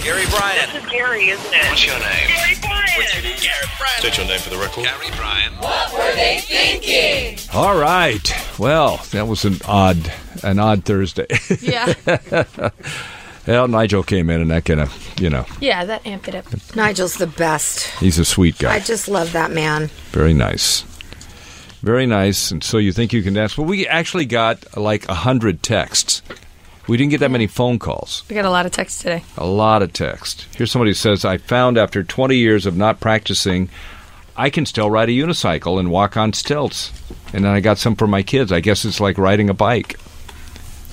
Gary Bryan. This is Gary, isn't it? What's your name? Gary Bryan. Gary Bryan. State your name for the record. Gary Bryan. All right. Well, that was an odd, an odd Thursday. Yeah. well, Nigel came in, and that kind of, you know, Yeah, that amped it up. Nigel's the best. he's a sweet guy. I just love that man. Very nice. Very nice. And so you think you can dance? Well, we actually got like a hundred texts. We didn't get that many phone calls. We got a lot of texts today. A lot of text. Here's somebody who says, I found after 20 years of not practicing, I can still ride a unicycle and walk on stilts. And then I got some for my kids. I guess it's like riding a bike.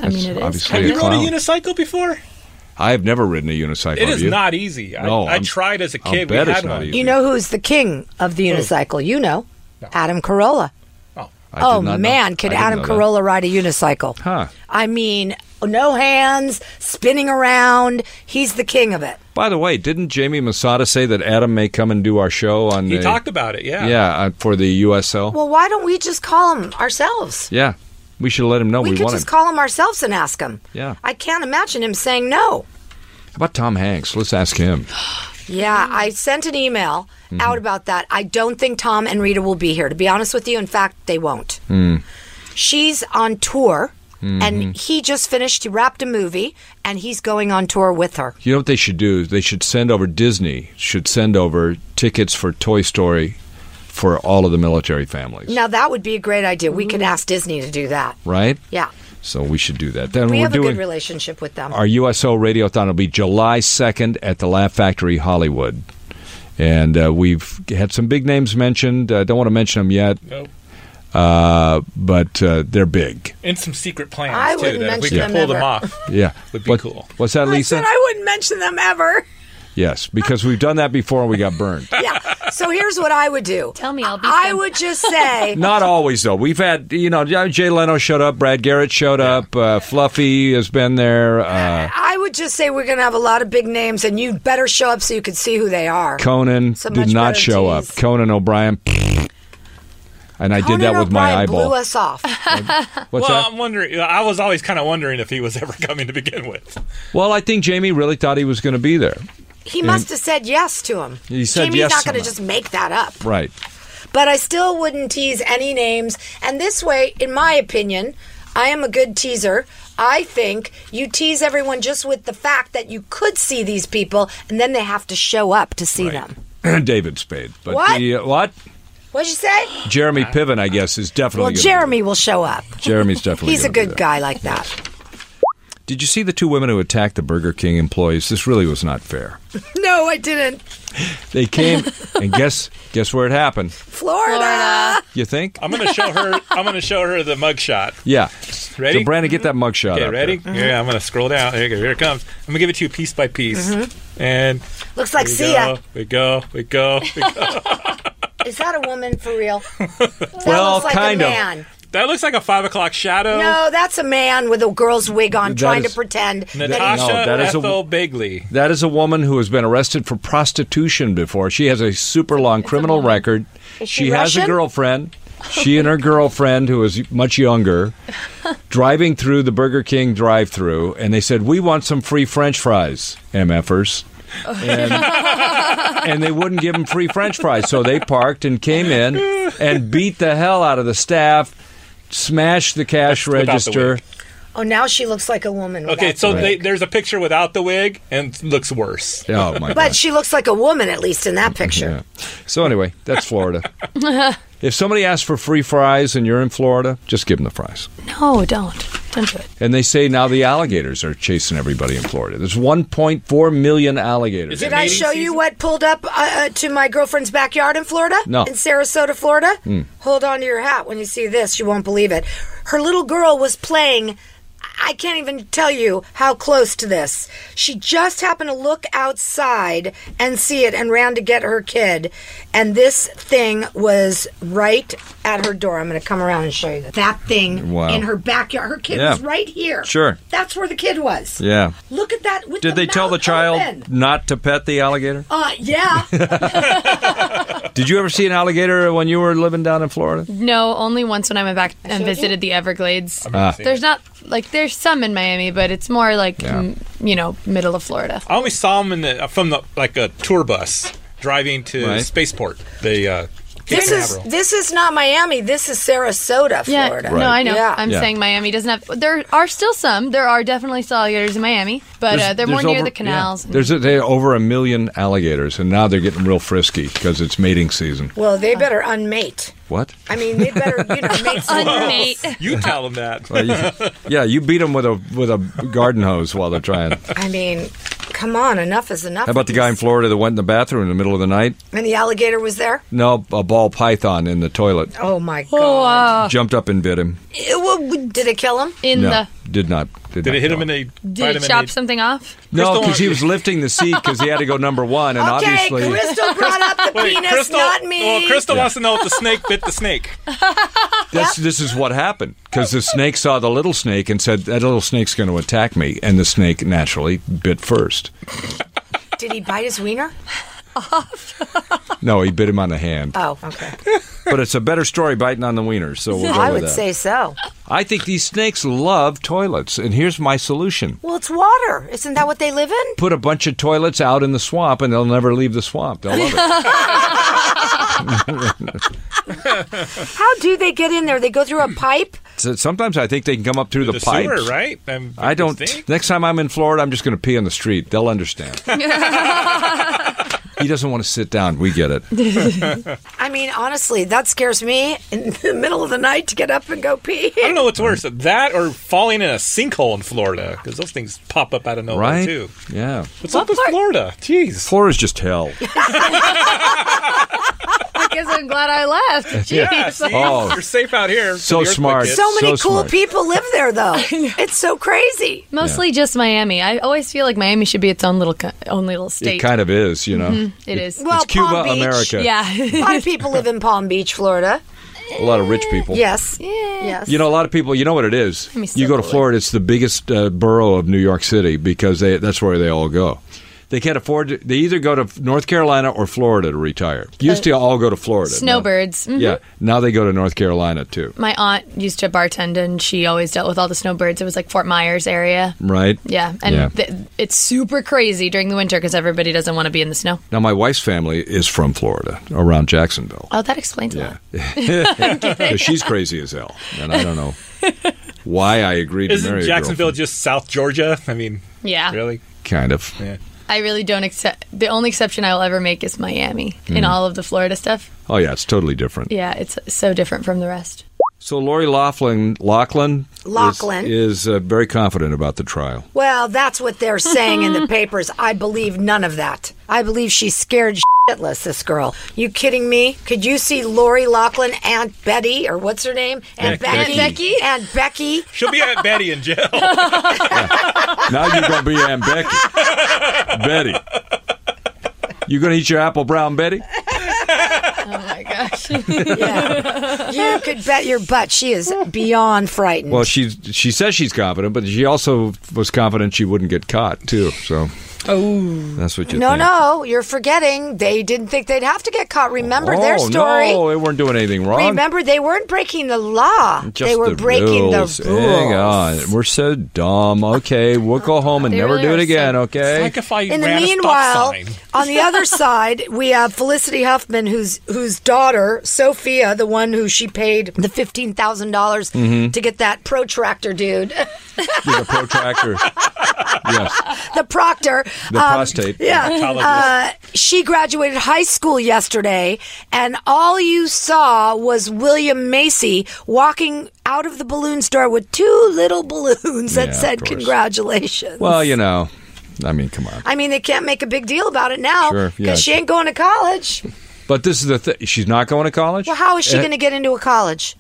I mean, it is. obviously Have a you rode a clown. unicycle before? I've never ridden a unicycle. It have is you? not easy. I, No, I I'm- tried as a I'll kid. We bet it's had not one. easy. You know who's the king of the unicycle? You know, Adam Carolla. I did Oh not know- man, could I didn't Adam know that. Carolla ride a unicycle? Huh. I mean, no hands, spinning around. He's the king of it. By the way, didn't Jamie Masada say that Adam may come and do our show on He the, talked about it. Yeah. Yeah, uh, for the USL. Well, why don't we just call him ourselves? yeah. We should let him know we, We, could want just him. call him ourselves and ask him. Yeah. I can't imagine him saying no. How about Tom Hanks? Let's ask him. Yeah, I sent an email Mm-hmm. out about that. I don't think Tom and Rita will be here, to be honest with you. In fact, they won't. Hmm. She's on tour, Mm-hmm. and he just finished, he wrapped a movie, and he's going on tour with her. You know what they should do? They should send over Disney. Should send over tickets for Toy Story for all of the military families, Now, that would be a great idea. We could ask Disney to do that. right? Yeah. So we should do that. Then We we're have a doing good relationship with them. our USO Radiothon will be July second at the Laugh Factory Hollywood, and uh, we've had some big names mentioned. I don't want to mention them yet, Nope. uh, but uh, they're big. And some secret plans I too. wouldn't That if we mention could them pull them ever. off. Yeah, Would be What- cool. What's that, I Lisa? said I wouldn't mention them ever. yes, because we've done that before and we got burned. Yeah. So here's what I would do. Tell me, I'll beat I them. would just say Not always though. We've had you know Jay Leno showed up, Brad Garrett showed up, uh, Fluffy has been there, uh, I would just say we're going to have a lot of big names, and you better show up so you can see who they are. Conan So did much not better show tease. up. Conan O'Brien, and I Conan did that with my O'Brien eyeball. Blew us off. What's well, um, that? I'm wondering. I was always kind of wondering if he was ever coming to begin with. Well, I think Jamie really thought he was going to be there. He must have said yes to him. He said Jamie's yes not going to somehow. just make that up. Right. But I still wouldn't tease any names. And this way, in my opinion, I am a good teaser. I think you tease everyone just with the fact that you could see these people, and then they have to show up to see them. David Spade. But What? the, uh, what? What'd you say? Jeremy Piven, I guess, is definitely Well, gonna be Jeremy will show up. there. Jeremy's definitely. He's a gonna be good there. guy like that. Did you see the two women who attacked the Burger King employees? This really was not fair. No, I didn't. They came and guess guess where it happened. Florida. You think? I'm gonna show her. I'm gonna show her the mugshot. Yeah. Ready? So Brandon, get that mugshot. Okay, up ready? there. Yeah, I'm gonna scroll down. Here, you go. Here it comes. I'm gonna give it to you piece by piece. Mm-hmm. And Looks like we Sia. go, we go, we go, we go. Is that a woman for real? That Well, looks like kind a of. man. that looks like a five o'clock shadow. No, that's a man with a girl's wig on That trying is- to pretend. that Natasha No, that is a- Ethel Bigley. That is a woman who has been arrested for prostitution before. She has a super long criminal record. she has a Russian? girlfriend. She and her girlfriend, who is much younger, driving through the Burger King drive through, and they said, We want some free French fries, MFers. And, and they wouldn't give them free French fries. So they parked and came in and beat the hell out of the staff, smashed the cash That's without the register. wig. he- oh, now she looks like a woman. Okay, without- so they, there's a picture without the wig and it looks worse. oh, my God. but she looks like a woman at least in that picture. So anyway, that's Florida. if somebody asks for free fries and you're in Florida, just give them the fries. No, don't. Don't do it. And they say now the alligators are chasing everybody in Florida. There's 1.4 million alligators. Is it Did I Mating show you season? what pulled up uh, uh, to my girlfriend's backyard in Florida? No. Hmm. In Sarasota, Florida? Hold on to your hat when you see this. You won't believe it. Her little girl was playing. I can't even tell you how close to this. She just happened to look outside and see it and ran to get her kid. And this thing was right at her door. I'm going to come around and show you this. That thing Wow. in her backyard. Her kid Yeah. was right here. Sure. That's where the kid was. Yeah. Look at that. With Did the they tell the mouth child open. not to pet the alligator? Uh, yeah. Did you ever see an alligator when uh, you were living down in Florida? No, only once when I went back and showed you? visited the Everglades. Ah. There's not like there's some in Miami, but it's more like Yeah. m- you know middle of Florida. I only saw him in the, uh, from the like a tour bus driving to Right. spaceport. The uh, Cape This is Canaveral. this is not Miami. This is Sarasota, Yeah, Florida. no, I know. Yeah. I'm Yeah. saying Miami doesn't have. There are still some. There are definitely alligators in Miami, but uh, they're more there's near over- the canals. yeah. There's a, they over a million alligators, and now they're getting real frisky because it's mating season. Well, they better unmate. What? I mean, they better you know mate. some Unmate. girls. You tell him that. Well, you- yeah, you beat them with a with a garden hose while they're trying. I mean, come on, enough is enough. How about the guy in Florida that went in the bathroom in the middle of the night? And the alligator was there. No, a ball python in the toilet Oh my Oh, god! uh, jumped up and bit him. It wa- did it kill him? in no, the did not. Did, Did not it hit him kill in a? E? did it chop something off? No, Crystal- because he was lifting the seat because he had to go number one, and okay, obviously. Crystal brought up the penis, not me. Well, Crystal wants to know if the snake bit the snake. That's, this is what happened because the snake saw the little snake and said, That little snake's going to attack me. And the snake naturally bit first. Did he bite his wiener? No, he bit him on the hand. Oh, okay. But it's a better story biting on the wiener, so we'll go I with would that. say so. I think these snakes love toilets, and here's my solution Well, it's water. Isn't that what they live in? put a bunch of toilets out in the swamp, and they'll never leave the swamp. They'll love it. How do they get in there? They go through a pipe. So sometimes I think they can come up through the, The pipes. sewer, right? I'm- I don't. Snake? Next time I'm in Florida, I'm just going to pee on the street. They'll understand. he doesn't want to sit down. We get it. I mean, honestly, that scares me in the middle of the night to get up and go pee. I don't know what's worse, that or falling in a sinkhole in Florida, because those things pop up out of nowhere Right? too. Yeah. What's up with Florida? Jeez. Florida's just hell. I guess I'm glad I left. Jeez. Yeah, see? Oh. You're safe out here. So from the earthquake smart. hits. So many So cool smart. people live there, though. It's so crazy. Mostly just Miami. I always feel like Miami should be its own little co- own little It state. Mm-hmm. kind of is, you know. it is. Well, It's Cuba, Palm Beach. America. yeah. A lot of people live in Palm Beach, Florida. A lot of rich people. Yes. Yes. You know, a lot of people. You know what it is. me You go to circle it. Florida; it's the biggest uh, borough of New York City because they, that's where they all go. They can't afford. To, they either go to North Carolina or Florida to retire. Used to all go to Florida. Now- Uh, Snowbirds. Mhm. Yeah. Now they go to North Carolina too. My aunt used to bartend, and she always dealt with all the snowbirds. It was like Fort Myers area. Right. Yeah, and Yeah. Th- it's super crazy during the winter because everybody doesn't want to be in the snow. Now my wife's family is from Florida, around Jacksonville. Oh, that explains a Yeah. lot. 'Cause she's crazy as hell, and I don't know why I agreed to Isn't marry Jacksonville a girl just South Georgia? I mean, Yeah, Ah. really? from- Kind of. Yeah. I really don't accept. The only exception I will ever make is Miami Mm. in all of the Florida stuff. Oh yeah, it's totally different. Yeah, it's so different from the rest. So Lori Laughlin, Laughlin, is- Laughlin. is, uh, very confident about the trial. Well, that's what they're saying in the papers. I believe none of that. I believe she's scared shitless, this girl. You kidding me? Could you see Lori Lachlan, Aunt Betty, or what's her name? Aunt Becky. Becky. Aunt Becky. She'll be at Betty in jail. Now you're gonna be Aunt Becky, Betty. You gonna eat your apple brown, Betty? Oh my gosh. Yeah. you could bet your butt she is beyond frightened. Well, she she says she's confident, but she also was confident she wouldn't get caught too. So, oh, that's what you no, think. no, you're forgetting. They didn't think they'd have to get caught. Remember their Oh, story. No, they weren't doing anything wrong. Remember, they weren't breaking the law. Just they were the breaking rules. the Hang rules. on. We're so dumb. Okay, we'll go home and They never really do it are again. so- Okay. Like if I In the ran a meanwhile, stop sign. on the other side, we have Felicity Huffman, whose whose daughter Sophia, the one who she paid the fifteen dollars Mm-hmm. to get that protractor dude, You're the protractor. yes. the proctor, The um, prostate. Yeah, uh, she graduated high school yesterday, and all you saw was William Macy walking out of the balloon store with two little balloons that Yeah, of said course. "Congratulations." Well, you know, I mean, come on. I mean, they can't make a big deal about it now Sure, because yeah. she ain't going to college. But this is the thing. She's not going to college. Well, how is she Eh, going to get into a college?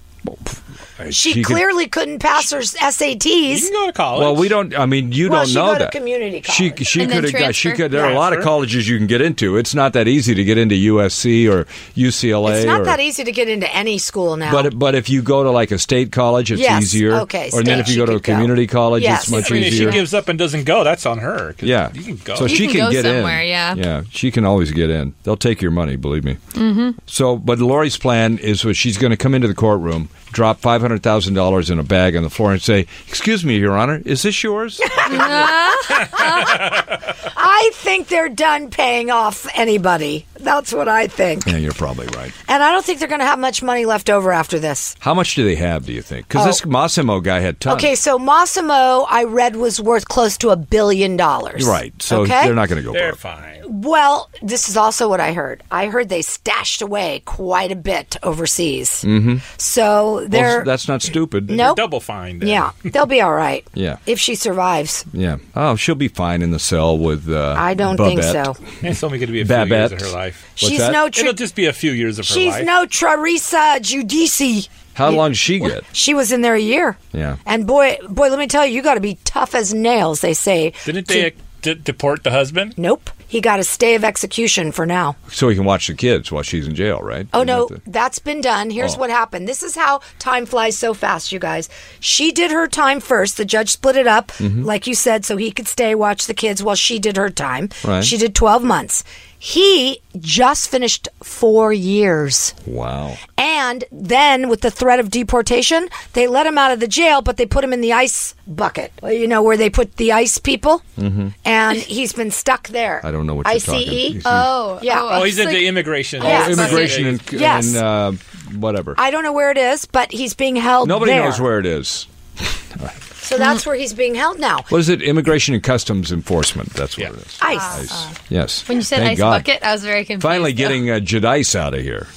She, she could- clearly couldn't pass her You SATs. can go to college. Well, we don't. I mean, you Well, don't she know go to that. community college. She she And then could have. She transfer. could. There are a lot of Transfer. colleges you can get into. It's not that easy to get into USC or UCLA. It's or, not that easy to get into any school now. But but if you go to like a state college, it's Yes, easier. okay, Or then state if you she go to a could go. community college, Yes. it's much I mean, if she easier. gives up and doesn't go, that's on her. 'cause yeah, You can go. so she can can, go get somewhere, in. yeah. yeah, she can always get in. They'll take your money, believe me. Mm-hmm. So, but Lori's plan is what she's going to come into the courtroom, drop five hundred thousand dollars in a bag on the floor and say, "Excuse me, Your Honor, is this yours?" Ah. I think they're done paying off anybody. That's what I think. yeah, you're probably right. And I don't think they're going to have much money left over after this. How much do they have? Do you think? Because this Massimo guy had tons. Oh. Okay, so Massimo, I read, was worth close to a billion dollars. Right. So okay? they're not going to go They're broke. fine. Well, this is also what I heard. I heard they stashed away quite a bit overseas. Mm-hmm. So Well, they're that's not stupid. nope. Double fine. Then. Oh. Yeah, they'll be all right. Yeah. if she survives, Yeah. Oh, she'll be fine in the cell with. Uh, I don't think Babette. so. It's only going to be a few years Babette. of her life. she's that? no tr- It'll just be a few years of her she's life. no Teresa Giudice. How long did she get? She was in there a year. Yeah. and boy, boy, let me tell you, you got to be tough as nails. They say. Didn't to- they uh, d- deport the husband? Nope, he got a stay of execution for now. So he can watch the kids while she's in jail, right? Oh Isn't no, that the- that's been done. Here's Oh. what happened. This is how time flies so fast, you guys. She did her time first. The judge split it up, Mm-hmm. like you said, so he could stay watch the kids while she did her time. Right. She did 12 months. He just finished 4 years. Wow. And then with the threat of deportation, they let him out of the jail, but they put him in the ice bucket. Well, You know where they put the ice people? Mm-hmm. And he's been stuck there. E? I don't know what you're ICE? talking- you see- Oh, Yeah. Oh, Oh, Oh, he's it's into like- immigration. Yeah. Oh, immigration and, Yes. and uh, whatever. I don't know where it is, but he's being held Nobody there. knows where it is. So that's where he's being held now. What is it? Immigration and Customs Enforcement. That's what Yeah. it is. Ice. Ice. Yes. When you said Thank ice God. bucket, I was very confused. Finally though. getting uh, Jedice out of here.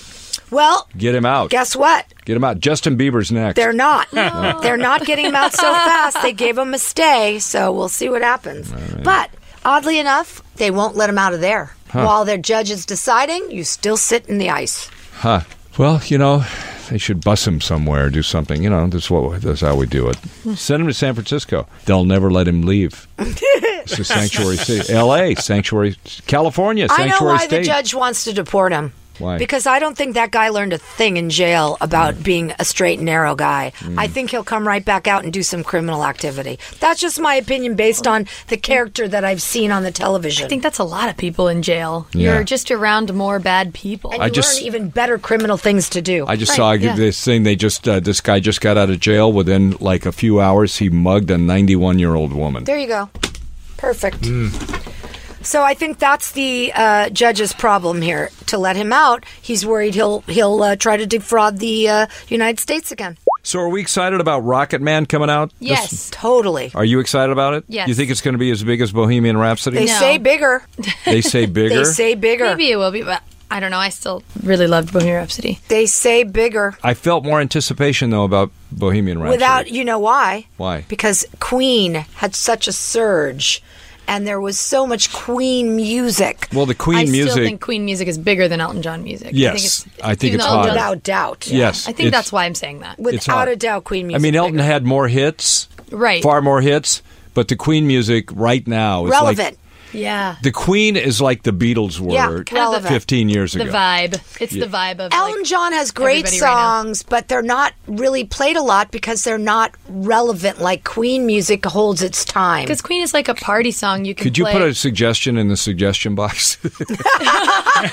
Well, Get him out. guess what? Get him out. Justin Bieber's next. They're not. They're not getting him out so fast. They gave him a stay, so we'll see what happens. But oddly enough, they won't let him out of there. While their judge is deciding, you still sit in the ice. Huh. Well, you know, they should bus him somewhere, do something. You know, that's what that's how we do it. Send him to San Francisco. They'll never let him leave. it's a sanctuary city. L.A. Sanctuary, California. I Sanctuary know why state. the judge wants to deport him. Why? Because I don't think that guy learned a thing in jail about being a straight and narrow guy. Mm. I think he'll come right back out and do some criminal activity. That's just my opinion based on the character that I've seen on the television. I think that's a lot of people in jail. Yeah. You're just around more bad people. and you I just- learn even better criminal things to do. I just Right, saw yeah. this thing. They just uh, this guy just got out of jail. Within like a few hours, he mugged a 91 year old woman. There you go. Perfect. Mm. So I think that's the uh, judge's problem here. To let him out, he's worried he'll he'll uh, try to defraud the uh, United States again. so, are we excited about Rocket Man coming out? this- yes. Totally. are you excited about it? Yes. You think it's going to be as big as Bohemian Rhapsody? They No. say bigger. They say bigger. They say bigger. Maybe it will be, but I don't know. I still really loved Bohemian Rhapsody. They say bigger. I felt more anticipation though about Bohemian Rhapsody. Without you know why? Why? Because Queen had such a surge, and there was so much Queen music. well, the Queen I music. still think Queen music is bigger than Elton John music. Yes. I think even it's though Elton hotter. John's- without doubt. Yes. I think it's- that's why I'm saying that. It's hot. Without a douut, Queen music. I mean, bigger. Elton had more hits, Right. Far more hits, but the Queen music right now is relevant. Like, yeah. the Queen is like the Beatles were Yeah, kind of the- 15 years The ago. vibe. It's the vibe of Alan like, John has great everybody right now. songs, but they're not really played a lot because they're not relevant like Queen music holds its time. Because Queen is like a party song you can Could you play. put a suggestion in the suggestion box?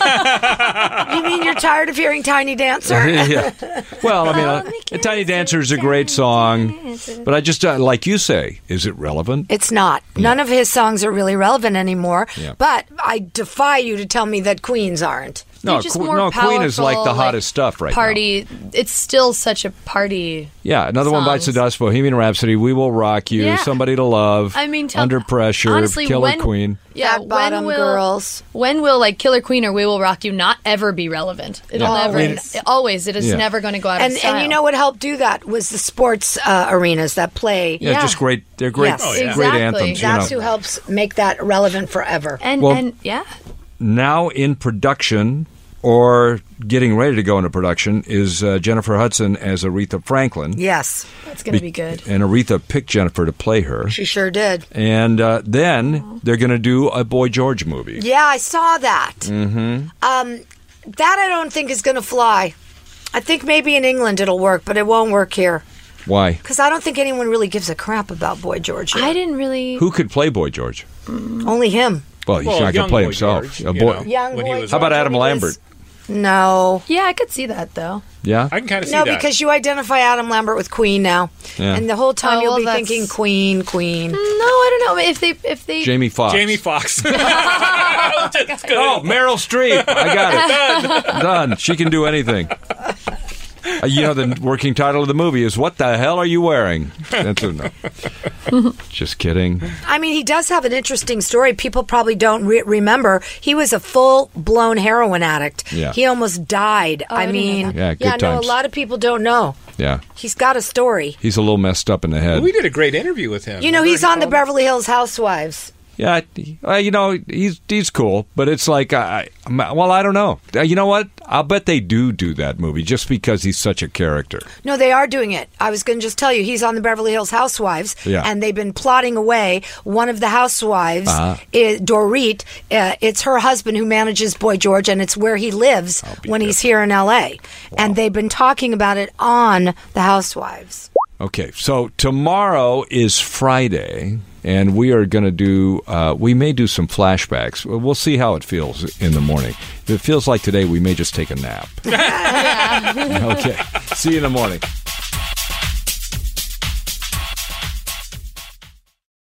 You mean you're tired of hearing Tiny Dancer? yeah. Well, I mean, uh, Tiny Dancer is a great song, but I just uh, like you say, is it relevant? It's not. None of his songs are really relevant anymore, Yeah. but I defy you to tell me that Queen's aren't. They're no, just Que- more no, Queen is like the powerful, hottest stuff right now. party. It's still such a party. Yeah, another one bites the songs. dust. Bohemian Rhapsody, We Will Rock You, Yeah. Somebody to Love, I mean, tell, Under Pressure, honestly, Killer when, Queen. Yeah, Fat Bottom when will, Girls. When will like Killer Queen or We Will Rock You not ever be relevant? It'll Yeah. never. Always. it- always. It is Yeah. never going to go out And of style. and you know what helped do that was the sports uh, arenas that play. Yeah, Yeah. just great. They're great, Yes. Oh, great yeah. Exactly. anthems. you That's know. who helps make that relevant forever. And Well- and yeah, now in production or getting ready to go into production is uh, Jennifer Hudson as Aretha Franklin. Yes, that's going to be good. And Aretha picked Jennifer to play her. she sure did. And uh, then they're going to do a Boy George movie. Yeah, I saw that. Mm-hmm. Um, that I don't think is going to fly. I think maybe in England it'll work, but it won't work here Why? because I don't think anyone really gives a crap about Boy George. here. I didn't really. Who could play Boy George? Only him. Well, he's Well, not going young to play Boy himself. George, a you boy. know, Young when he Boy was How about George Adam when he Lambert? was- No. Yeah, I could see that though. Yeah. I can kind of see No, that. because you identify Adam Lambert with Queen now. Yeah. And the whole time Oh, you'll well, be that's- thinking Queen, Queen. No, I don't know if they if they Jamie Foxx. Jamie Foxx. That's good. Oh, Meryl Streep. I got it. Done. She can do anything. Uh, You know, the working title of the movie is What the Hell Are You Wearing? That's a, no. Just kidding. I mean, he does have an interesting story. People probably don't re- remember. He was a full blown heroin addict. Yeah. He almost died. Oh, I, I didn't know mean, that. Yeah, good yeah, no, a times. lot of people don't know. Yeah. He's got a story. He's a little messed up in the head. We did a great interview with him. You know, Remember he's he on the called- Beverly Hills Housewives. Yeah, I- uh, you know he's he's cool, but it's like I, I well I don't know. Uh, You know what? I'll bet they do do that movie just because he's such a character. No, they are doing it. I was going to just tell you, he's on the Beverly Hills Housewives, Yeah. and they've been plotting away. One of the housewives, is Dorit, uh, it's her husband who manages Boy George, and it's where he lives when he's here in L.A. And they've been talking about it on the Housewives. Okay, so tomorrow is Friday, and we are going to do. Uh, we may do some flashbacks. We'll see how it feels in the morning. If it feels like today, we may just take a nap. okay, see you in the morning.